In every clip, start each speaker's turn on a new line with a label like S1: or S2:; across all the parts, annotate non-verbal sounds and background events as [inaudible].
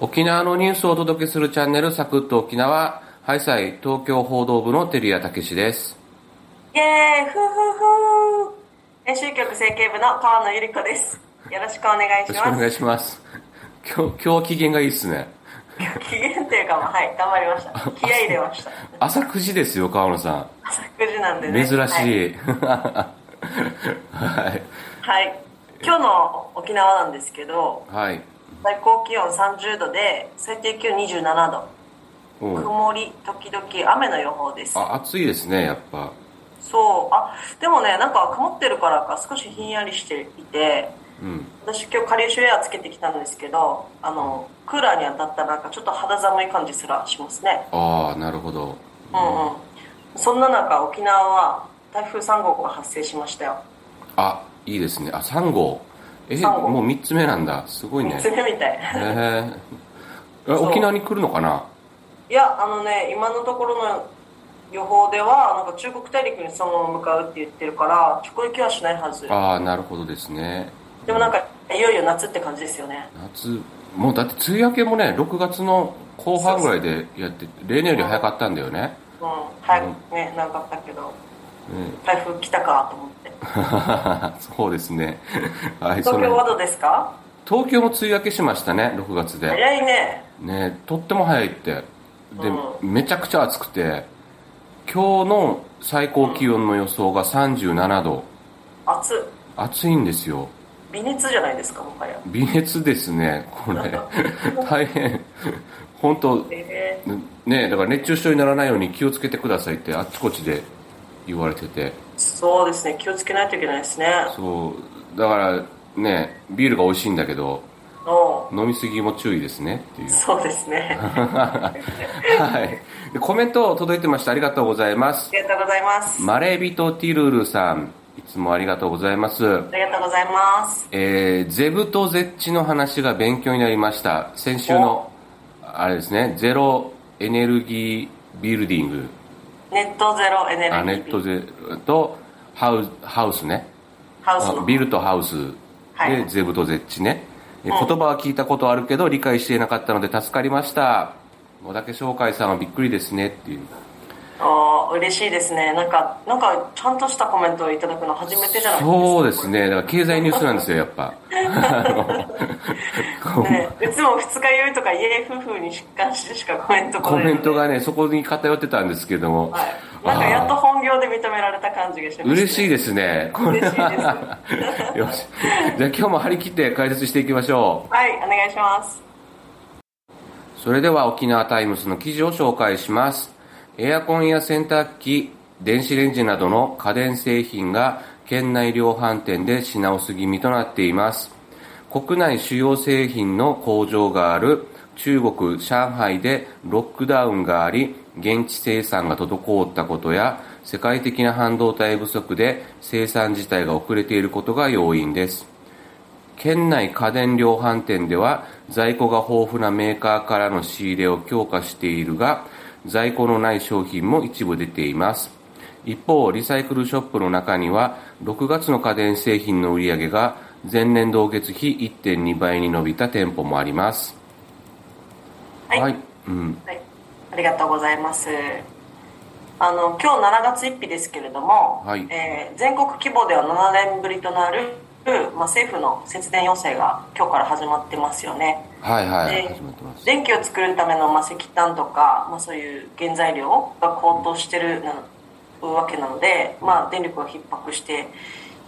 S1: 沖縄のニュースをお届けするチャンネルサクッと沖縄ハイサイ東京報道部の照屋武です
S2: イエーイふうふうふう編集局整形部の河野ゆり子ですよろしくお願い
S1: よろ
S2: し
S1: しくお
S2: ま
S1: 願
S2: す
S1: いします [laughs] 今日今日は機嫌がいいですね
S2: 機嫌っていうかまあはい頑張りました気合い入れ
S1: [laughs]
S2: ました
S1: 朝9時ですよ河野さ
S2: 朝9時なんで
S1: ん
S2: ね
S1: 珍しい [laughs]
S2: はい、
S1: はい
S2: はい今日の沖縄なんですけど
S1: はい
S2: 最高気温30度で最低気温27度
S1: おう
S2: 曇り時々雨の予報です
S1: あ暑いですねやっぱ
S2: そうあでもねなんか曇ってるからか少しひんやりしていて
S1: うん
S2: 私今日カリウシウェアつけてきたんですけどあのクーラーに当たったらなんかちょっと肌寒い感じすらしますね
S1: ああなるほど
S2: うんうんそんな中沖縄は台風3号が発生しましたよ
S1: あいいですねあ3号え
S2: 三号
S1: もう3つ目なんだすごいね
S2: 3つ目みたい
S1: へええ
S2: そう
S1: 沖縄に来るのかない
S2: やあのね今のところの予報ではなんか中国大陸にそのまま向かうって言ってるから直撃はしないはず
S1: ああなるほどですね
S2: でもなんかいよいよ夏って感じですよね
S1: 夏もうだって梅雨明けもね6月の後半ぐらいでやって例年より早かったんだよね、 [laughs]
S2: うん早くね長かったけど
S1: うん
S2: 台風来たかと思って、
S1: そうですね [laughs] はいそ
S2: 東京
S1: の
S2: はどうですか
S1: 東京も梅雨明けしましたね6月で
S2: 早いね
S1: ねとっても早いってで、
S2: う
S1: めちゃくちゃ暑くて今日の最高気温の予想が37度
S2: 暑い
S1: 暑いんですよ
S2: 微熱じゃないですかもはや
S1: 微熱ですねこ
S2: [laughs]
S1: れ大変本当
S2: え
S1: ねだから熱中症にならないように気をつけてくださいってあっちこっちで言われてて
S2: ーそうですね気をつけないといけないですね
S1: そうだからねビールが美味しいんだけど
S2: おう
S1: 飲みすぎも注意ですねっていう
S2: そうですねあ
S1: はいでコメント届いてましたありがとうございます
S2: りがとうございます、
S1: マレビトティルルさんいつもありがとうございます
S2: ありがとうございます
S1: えー、ゼブとゼッチの話が勉強になりました先週のあれですねゼロエネルギービルディング
S2: ネットゼロエネルギー
S1: あネットゼロとハウハウスね
S2: ハウスの
S1: ビルとハウス
S2: は
S1: で
S2: い
S1: ゼブとゼッチね、え言葉は聞いたことあるけど理解していなかったので助かりました小竹商会さんはびっくりですねっていう
S2: おー嬉しいですねなんかなんかちゃんとしたコメントをいただくの初めてじゃないですか
S1: そうですねだから
S2: こ
S1: 経済ニュースなんですよやっ
S2: [laughs]
S1: ぱあの
S2: れねいつも二日酔いとかイエーイ夫婦にしかしかコメント来
S1: コ
S2: ないの
S1: メ
S2: で
S1: ントがねそこに偏ってたんですけども、
S2: はいなんかやっと本業で認められた感じがします、
S1: 嬉しい
S2: い
S1: ですねこれ
S2: 嬉しいです
S1: はよしじゃあ今日も張り切って解説していきましょう
S2: はいお願いします
S1: それでは沖縄タイムズの記事を紹介します。エアコンや洗濯機、電子レンジなどの家電製品が県内量販店で品薄気味となっています。国内主要製品の工場がある中国上海でロックダウンがあり、現地生産が滞ったことや、世界的な半導体不足で生産自体が遅れていることが要因です。県内家電量販店では在庫が豊富なメーカーからの仕入れを強化しているが在庫のない商品も一部出ています一方リサイクルショップの中には6月の家電製品の売り上げが前年同月比1.2倍に伸びた店舗もあります
S2: はい
S1: うん、
S2: はい、ありがとうございます。あの今日7月1日ですけれども、
S1: はい
S2: えー全国規模では7年ぶりとなる、まあ、政府の節電要請が今日から始まってますよね。
S1: はいはい、
S2: で
S1: 始まってます
S2: 電気を作るための、まあ、石炭とか、まあ、そういう原材料が高騰してるなわけなので、まあ、電力が逼迫して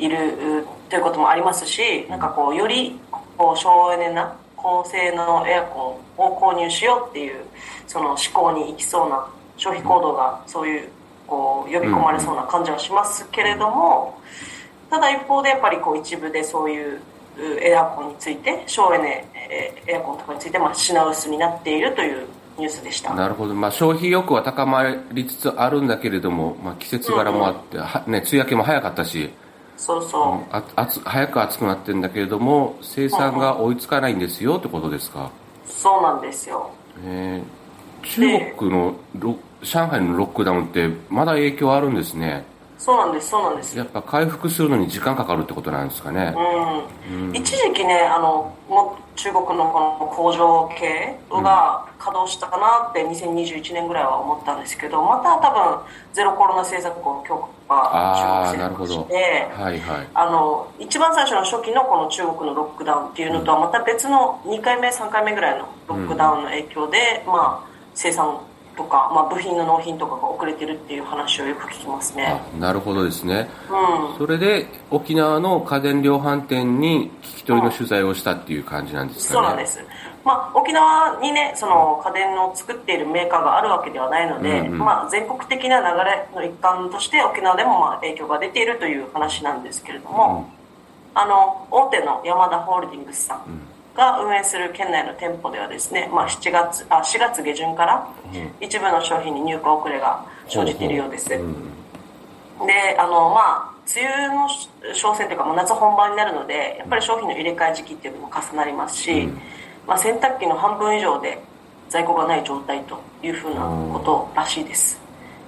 S2: いるうということもありますしなんかこうよりこう省エネな高性能エアコンを購入しようっていうその思考に行きそうな消費行動がそういうこう呼び込まれそうな感じはしますけれども。ただ一方でやっぱりこう一部でそういううエアコンについて省エネえーエアコンとかについてまあ品薄になっているというニュースでした
S1: なるほど、まあ、消費欲は高まりつつあるんだけれども、まあ、季節柄もあって、はね、梅雨明けも早かったし
S2: そうそ
S1: あ暑早く暑くなってるんだけれども生産が追いつかないんですよってことですか、
S2: うそうなんですよ
S1: えー中国のロ上海のロックダウンってまだ影響あるんですね
S2: そうなんですそうなんです
S1: やっぱ回復するのに時間かかるってことなんですかね。
S2: うん、一時期ねあのもう中国のこの工場系が稼働したかなって2021年ぐらいは思ったんですけどまた多分ゼロコロナ政策を強化
S1: あ
S2: が
S1: あ、なるほ
S2: 中国
S1: ど
S2: 政。府して
S1: はいはい。
S2: あの一番最初の初期のこの中国のロックダウンっていうのとはまた別の2回目3回目ぐらいのロックダウンの影響で、まあ、生産とか、まあ、部品の納品とかが遅れてるっていう話をよく聞きますね。
S1: あなるほどですね。
S2: うん
S1: それで沖縄の家電量販店に聞き取りの取材をしたっていう感じなんですかね。
S2: そうなんです、まあ、沖縄にねその家電を作っているメーカーがあるわけではないので、
S1: うんうん
S2: まあ、全国的な流れの一環として沖縄でもまあ影響が出ているという話なんですけれども、あの大手のヤマダホールディングスさんが運営する県内の店舗ではですね、まあ、7月あ4月下旬から一部の商品に入荷遅れが生じているようです。であのまあ梅雨の商戦というかもう夏本番になるのでやっぱり商品の入れ替え時期っていうのも重なりますし、まあ、洗濯機の半分以上で在庫がない状態というふうなことらしいです、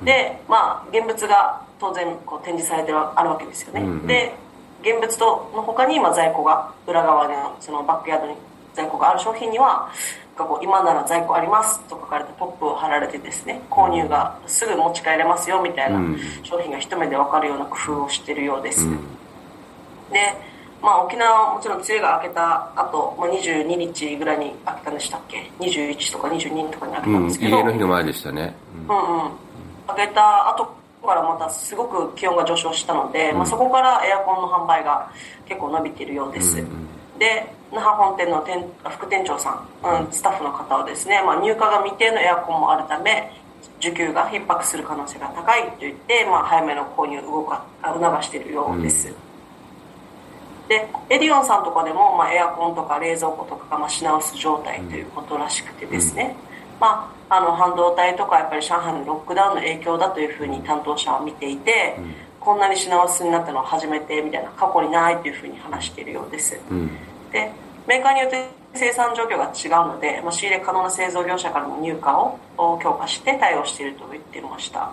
S2: でまあ現物が当然こう展示されてはあるわけですよね、
S1: うんうん
S2: で現物との他に今在庫が裏側のそのバックヤードに在庫がある商品にはなんかこう今なら在庫ありますと書かれたポップを貼られてですね購入がすぐ持ち帰れますよみたいな
S1: うん
S2: 商品が一目で分かるような工夫をしているようです、で、まあ、沖縄はもちろん梅雨が明けた後、まあ22日ぐらいに明けたんでしたっけ21とか22とかに明けた
S1: うんん、
S2: ですけ
S1: 家
S2: ど、
S1: の日の前でしたね。
S2: うんうん、上げた後からまたすごく気温が上昇したので、まあ、そこからエアコンの販売が結構伸びているようです、で那覇本店の店副店長さん、うん、スタッフの方はですね、まあ、入荷が未定のエアコンもあるため需給が逼迫する可能性が高いと言って、まあ、早めの購入を動かあ促しているようです、でエディオンさんとかでも、まあ、エアコンとか冷蔵庫とかが、まあ、品薄状態ということらしくてですね、まあ、あの半導体とかやっぱり上海のロックダウンの影響だというふうに担当者は見ていて、こんなに品薄になったのは初めてみたいな過去にないというふうに話しているようです。
S1: うん、
S2: でメーカーによって生産状況が違うので、まあ、仕入れ可能な製造業者からの入荷をを強化して対応していると言ってました、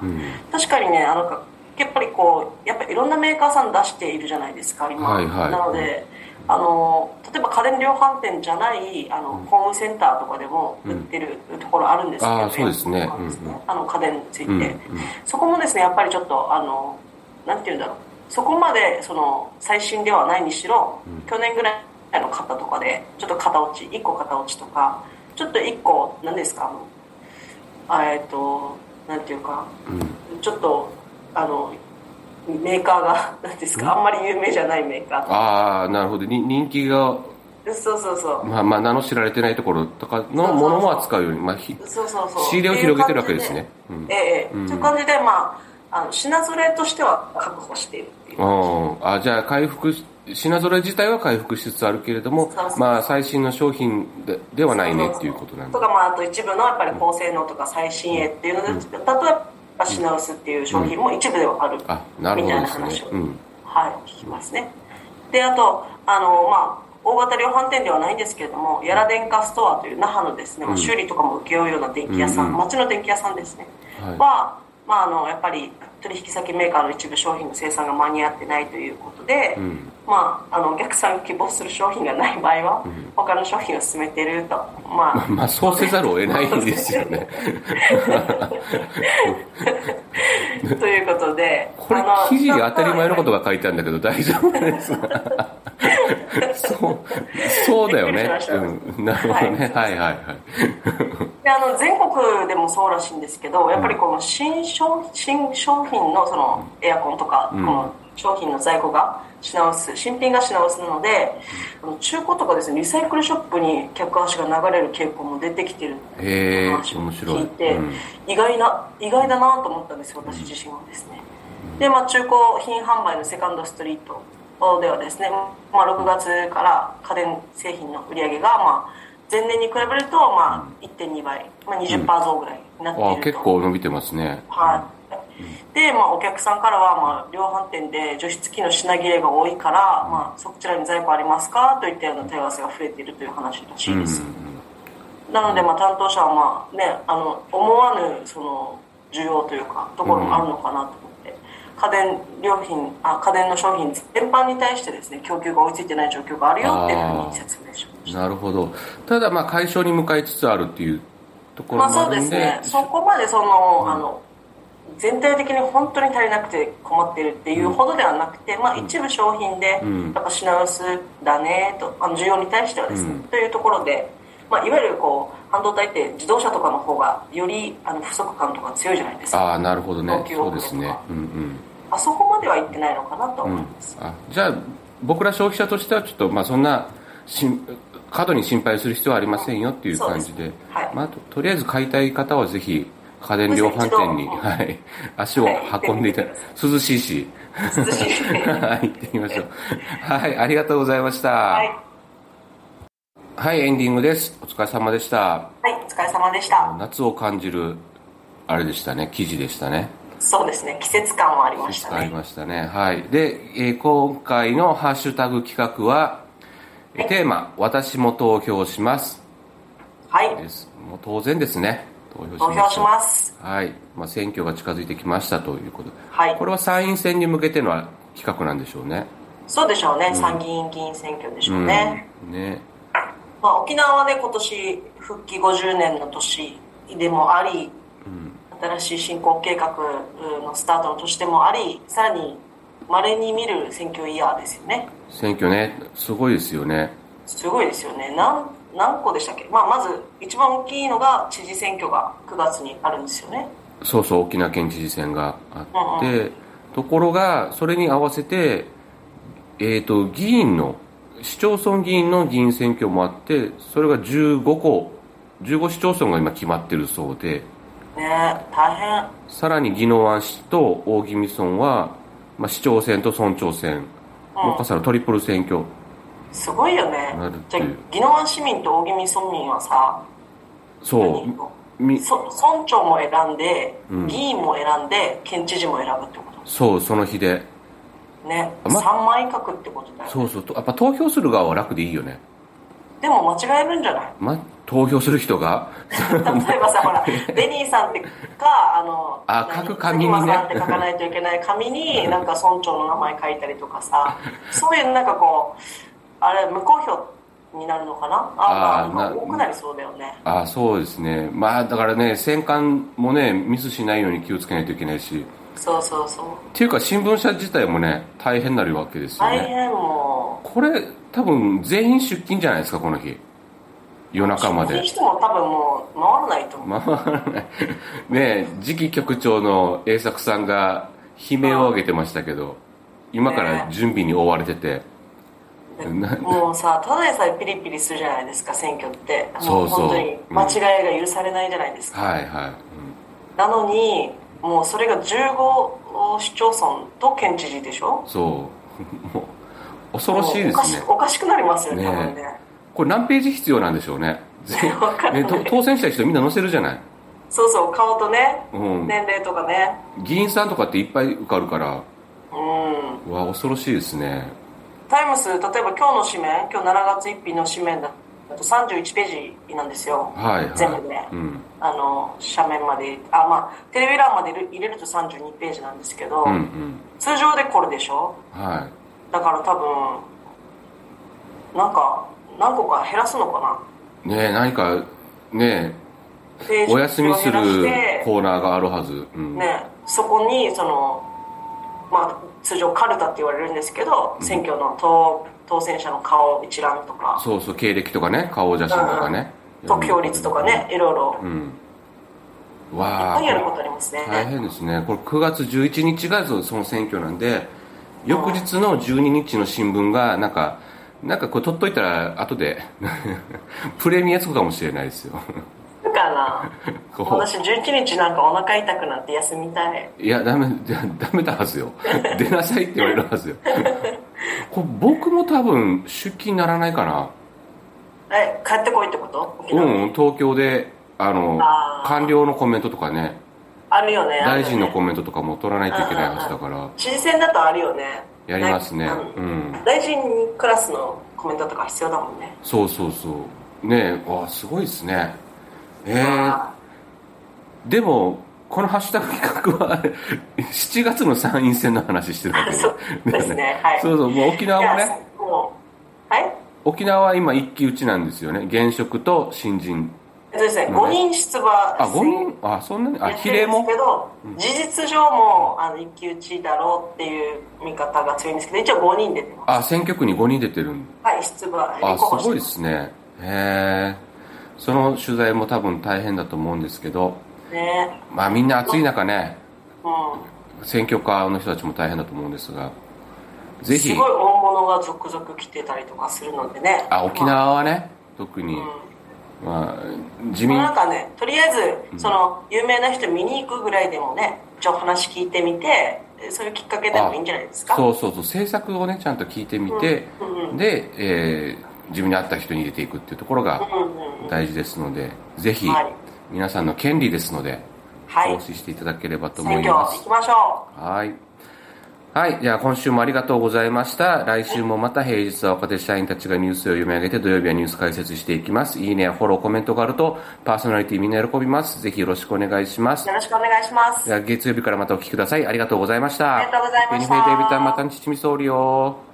S2: 確かにねあのかやっぱりこうやっぱいろんなメーカーさん出しているじゃないですか今、
S1: はいはい
S2: なのであの例えば家電量販店じゃないあのホームセンターとかでも売ってるところあるんですけど、
S1: あーそうですねうんうん
S2: あの家電について、
S1: うんうん
S2: そこもですねやっぱりちょっとあのなんて言うんだろうそこまでその最新ではないにしろ、去年ぐらいの型とかでちょっと型落ち1個型落ちとかちょっと1個何ですかあのあえっとなんていうか、ちょっとあのメーカーが [laughs] 何ですか、あんまり有名じゃないメーカ
S1: ああ、なるほど。に人気が、
S2: ーそうそうそう、
S1: まあ、まあ、名の知られてないところとかのものも扱うように、まあ、ひ
S2: そうそうそう
S1: 仕入れを広げてるわけですね
S2: っていう感じでええええという感じで、まあ、あの品揃えとしては確保しているっていう
S1: うんあじゃあ回復し品揃え自体は回復しつつあるけれども
S2: そうそう、そう
S1: まあ、最新の商品でではないねっていうことなん
S2: と
S1: だ
S2: か、まあ、あと一部のやっぱり高性能とか最新鋭っていうので、だとやっぱ品薄っていう商品も一部ではある、
S1: あなるほどです
S2: みたいな話
S1: ね
S2: を、
S1: うん
S2: はい、聞きますね。で、あと、あの、まあ、大型量販店ではないんですけれども、やら電化ストアという那覇のですね、まあ修理とかも請け負うような電気屋さん、
S1: うんうん
S2: 町の電気屋さんですね、
S1: はい
S2: は、まあ、あの、やっぱり取引先メーカーの一部商品の生産が間に合ってないということで、
S1: ん
S2: まあ、あの、お客さんが希望する商品がない場合
S1: [laughs]
S2: は、他の商品を進めてると、まあ、
S1: まあそうせざるを得ないんですよ
S2: [laughs]
S1: ね
S2: ということで、
S1: これ
S2: あの
S1: 記事に当たり前のことが書いてあるんだけど大丈夫ですか
S2: [laughs]
S1: そうそうだよ
S2: びっ
S1: ね
S2: くりしました
S1: うん、なるほどね、はい、はいはい
S2: であの全国でもそうらしいんですけどやっぱりこの新商新商品のそのエアコンとか、この商品の在庫が品薄新品が品薄なのであの中古とかですねリサイクルショップに客足が流れる傾向も出てきてるって
S1: へえ
S2: いう話を
S1: 面白い、
S2: 聞いて、
S1: うん
S2: 意外な意外だなと思ったんですよ私自身はですねで、まあ、中古品販売のセカンドストリートではですね、まあ、6月から家電製品の売り上げが、まあ、前年に比べると、まあ、1.2倍、まあ、20%増ぐらいにな
S1: あ
S2: っている
S1: 結
S2: と、
S1: 構伸びてますね
S2: はい、で、まあ、お客さんからは、まあ、量販店で除湿機の品切れが多いから、まあ、そちらに在庫ありますかといったような問い合わせが増えているという話らしいです、なので、まあ、担当者は、まあね、あの思わぬその需要というかところもあるのかなと思って、家電料品あ家電の商品全般に対してですね供給が追いついてない状況があるよっていうふうに説明しました
S1: なるほど。ただ、まあ、解消に向かいつつあるっていうところ
S2: まあ
S1: も
S2: そう
S1: ある
S2: で
S1: ん
S2: す
S1: で、
S2: ねそこまでその、あの全体的に本当に足りなくて困ってるっていうほどではなくて、まあ、一部商品で
S1: うん
S2: やっぱ品薄だねとあの需要に対してはですね、
S1: うん
S2: というところで、まあ、いわゆるこう半導体って自動車とかの方がよりあの不足感とか強いじゃないですか
S1: ああ、なるほどね
S2: 供。給
S1: そう
S2: 遅
S1: で
S2: れ
S1: すね。
S2: とか
S1: うん
S2: あそこまでは行ってないのかなと
S1: うん。う
S2: 思い
S1: ん
S2: ます、。
S1: あじゃあ、僕ら消費者としては、ちょっと、まあ、そんな、しん過度に心配する必要はありませんよっていう感じで、
S2: そうですはい
S1: まあ、ととりあえず買いたい方はぜひ、家電量販店
S2: [laughs]
S1: に、
S2: そうですね
S1: はい、足を運んでいただいて、涼しいし、
S2: 涼し
S1: [laughs]
S2: い
S1: はい、行ってみましょう。はい、ありがとうございました。は、
S2: はいい、
S1: エンディングです。お疲れ様でした。
S2: はい、お疲れ様でした
S1: 夏を感じる、あれでしたね、記事でしたね。
S2: そうですね季節感はありました
S1: あり
S2: ね
S1: ましたね。はい。で、えー今回のハッシュタグ企画は、えーテーマ、私も投票します。
S2: はい
S1: です。もう当然ですね。投票し
S2: 投
S1: ま
S2: 票
S1: す。
S2: します
S1: はい。まあ、選挙が近づいてきましたということで。
S2: はい
S1: これは参院選に向けての企画なんでしょうね。
S2: そうでしょうね、参議院議員選挙でしょうね、
S1: うん。ね。
S2: まあ、沖縄はね今年復帰50年の年でもあり、新しい振興計画のスタートの年でもありさらに稀に見る選挙イヤーですよね
S1: 選挙ね、すごいですよね。
S2: すごいですよね何何個でしたっけ、まあ、まず一番大きいのが知事選挙が9月にあるんですよね
S1: そうそう、沖縄県知事選があって、ところが、それに合わせて、えっ、と、議員の、市町村議員の議員選挙もあって、それが15個、15市町村が今決まってるそうで、
S2: ねえ大変
S1: さらに宜野湾市と大宜味村は、まあ、市長選と村長選、もうかさるトリプル選挙、
S2: すごいよね
S1: なるって
S2: じ
S1: い
S2: ゃ
S1: う
S2: あ宜野湾市民と大宜味村民はさ
S1: そ
S2: 何を
S1: う、み、
S2: そ村長も選んで、議員も選んで県知事も選ぶってこ
S1: そう、その日で。
S2: とね、
S1: あま
S2: 三枚角ってことだよ
S1: そうそう、とやっぱ投票する側は楽でいいよね。
S2: でも間違えるんじゃない
S1: [laughs] ま、投票する人が、
S2: 例えばさほらベニーさんってかあの
S1: あ
S2: 何
S1: 書く紙にね
S2: 佐久間さんって書かないといけない紙になんか村長の名前書いたりとかさそういうなんかこうあれ無公表になるのかなあ
S1: あー
S2: まあ
S1: な
S2: 多くなりそうだよね
S1: あそうですね、まあだからね、選管もね、ミスしないように気をつけないといけないし、
S2: そうそうそう
S1: っていうか、新聞社自体もね、大変になるわけですよ
S2: 大
S1: ね。
S2: 変もう
S1: これ、多分全員出勤じゃないですか、この日、夜中まで
S2: に。しても多分もう回らないと思う、
S1: まあ、ねえ次期局長の栄作さんが悲鳴を上げてましたけど、今から準備に追われてて、な
S2: もうさただでさえピリピリするじゃないですか選挙って
S1: そ
S2: も
S1: う
S2: う
S1: そう
S2: 本当に間違いが許されないじゃないですか、
S1: はいはい、
S2: なのにもうそれが15市町村と県知事でしょ
S1: うんそう、もう、恐ろしいで
S2: もうおか
S1: すね。
S2: おかしくなりますよね
S1: ねえ
S2: 多分ね
S1: これ何ページ必要なんでしょうね。
S2: わかんない
S1: ねと当選した人みんな載せるじゃない。
S2: そうそう顔とね、
S1: うん
S2: 年齢とかね
S1: 議員さんとかっていっぱい受かるから、
S2: う
S1: う
S2: ん
S1: わ、恐ろしいですね。
S2: タイムス例えば今日の紙面今日7月1日の紙面だと31ページなんですよ、
S1: はいはい。
S2: 全部で、
S1: うん。
S2: あの斜面まであまあテレビ欄まで入れ入れると32ページなんですけど、
S1: うんうん。
S2: 通常でこれでしょ
S1: は
S2: だから多分なんか何個か減らすのか
S1: い。ねえ、何か、ね
S2: なペー
S1: え、
S2: ジ
S1: お休みする
S2: を減らして
S1: コーナーがあるはず。うん。
S2: ね、そこにその、まあ、通常カルタって言われるんですけど、選挙の当当選者の顔一覧とか
S1: そうそう、経歴とかね、顔写真とかね。
S2: 得票率とかねいろいろ
S1: うん。
S2: いっ
S1: わ
S2: ぱいやる
S1: あ、
S2: ことありますね、
S1: 大変ですね。これ9月11日がそその選挙なんで、翌日の12日の新聞が、なんか、なんかこれ取っといたら後で [laughs] プレミアつくかもしれないですよ。
S2: だから
S1: こう
S2: 私11日なんかお腹痛くなって休みたい
S1: いや、ダメ、だダメだは
S2: [laughs]
S1: ずよ。出なさいって言われるはずよ。これ僕も多分出勤ならないかな。
S2: え帰ってこいってこと沖縄
S1: うん、東京で、あの
S2: あ、ー
S1: 官僚のコメントとかね、
S2: あるよねあ
S1: 大
S2: るよね
S1: 臣のコメントとかも取らないといけないはずだから、
S2: 知事選だとあるよね
S1: やりますね
S2: な。
S1: う。
S2: うん大臣クラスのコメントとか必要だもんね
S1: そうそうそう。ねえ、わあ、すごいですね。ええ
S2: あ
S1: でも、このハッシュタグ企画は [laughs] 7月の参院選の話してたけど
S2: そう
S1: [laughs]
S2: ですねはい
S1: そうそうもう沖縄も
S2: いや
S1: ね
S2: もうはい
S1: 沖縄は今一騎打ちなんですよね現職と新人
S2: そうですね
S1: うん
S2: 5人出馬
S1: あ五人あそんなにあ
S2: やっ
S1: 比
S2: てる
S1: 例
S2: んです
S1: も
S2: けど、事実上もあの一騎打ちだろうっていう見方が強いんですけど一応5人出てます
S1: あ選挙区に5人出てるん
S2: はい出馬
S1: あ
S2: 立候補
S1: すごい
S2: して
S1: で
S2: ます
S1: すねへえその取材も多分大変だと思うんですけど
S2: すね
S1: まあみんな暑い中ね
S2: うん
S1: 選挙カーの人たちも大変だと思うんですがぜひ
S2: すごい大物が続々来てたりとかするのでね
S1: あ沖縄はね特に、
S2: まあ
S1: まあ、自
S2: うん、
S1: 民
S2: なんかねとりあえずその有名な人見に行くぐらいでもね一応話聞いてみてそういうきっかけでもいいんじゃないですか
S1: そうそうそう政策をねちゃんと聞いてみて、
S2: うんうん
S1: で、えー自分に合った人に入れていくっていうところが
S2: うんうんうん
S1: 大事ですので、ぜひ
S2: はい
S1: 皆さんの権利ですので
S2: はい
S1: 投資していただければと思
S2: 選
S1: い
S2: 挙
S1: ま
S2: 行
S1: す
S2: きましょ
S1: はいはいじゃあ今週もありがとうございました来週もまた平日は若手社員たちがニュースを読み上げて土曜日はニュース解説していきますいいねやフォローコメントがあるとパーソナリティみんな喜びますぜひよろしくお願いします
S2: うよろしくお願いします
S1: じゃあ月曜日からまたお聞きください。ありがとうございました。
S2: ありがとうございました
S1: ベニフェイデイビタンまた日みそうりよ。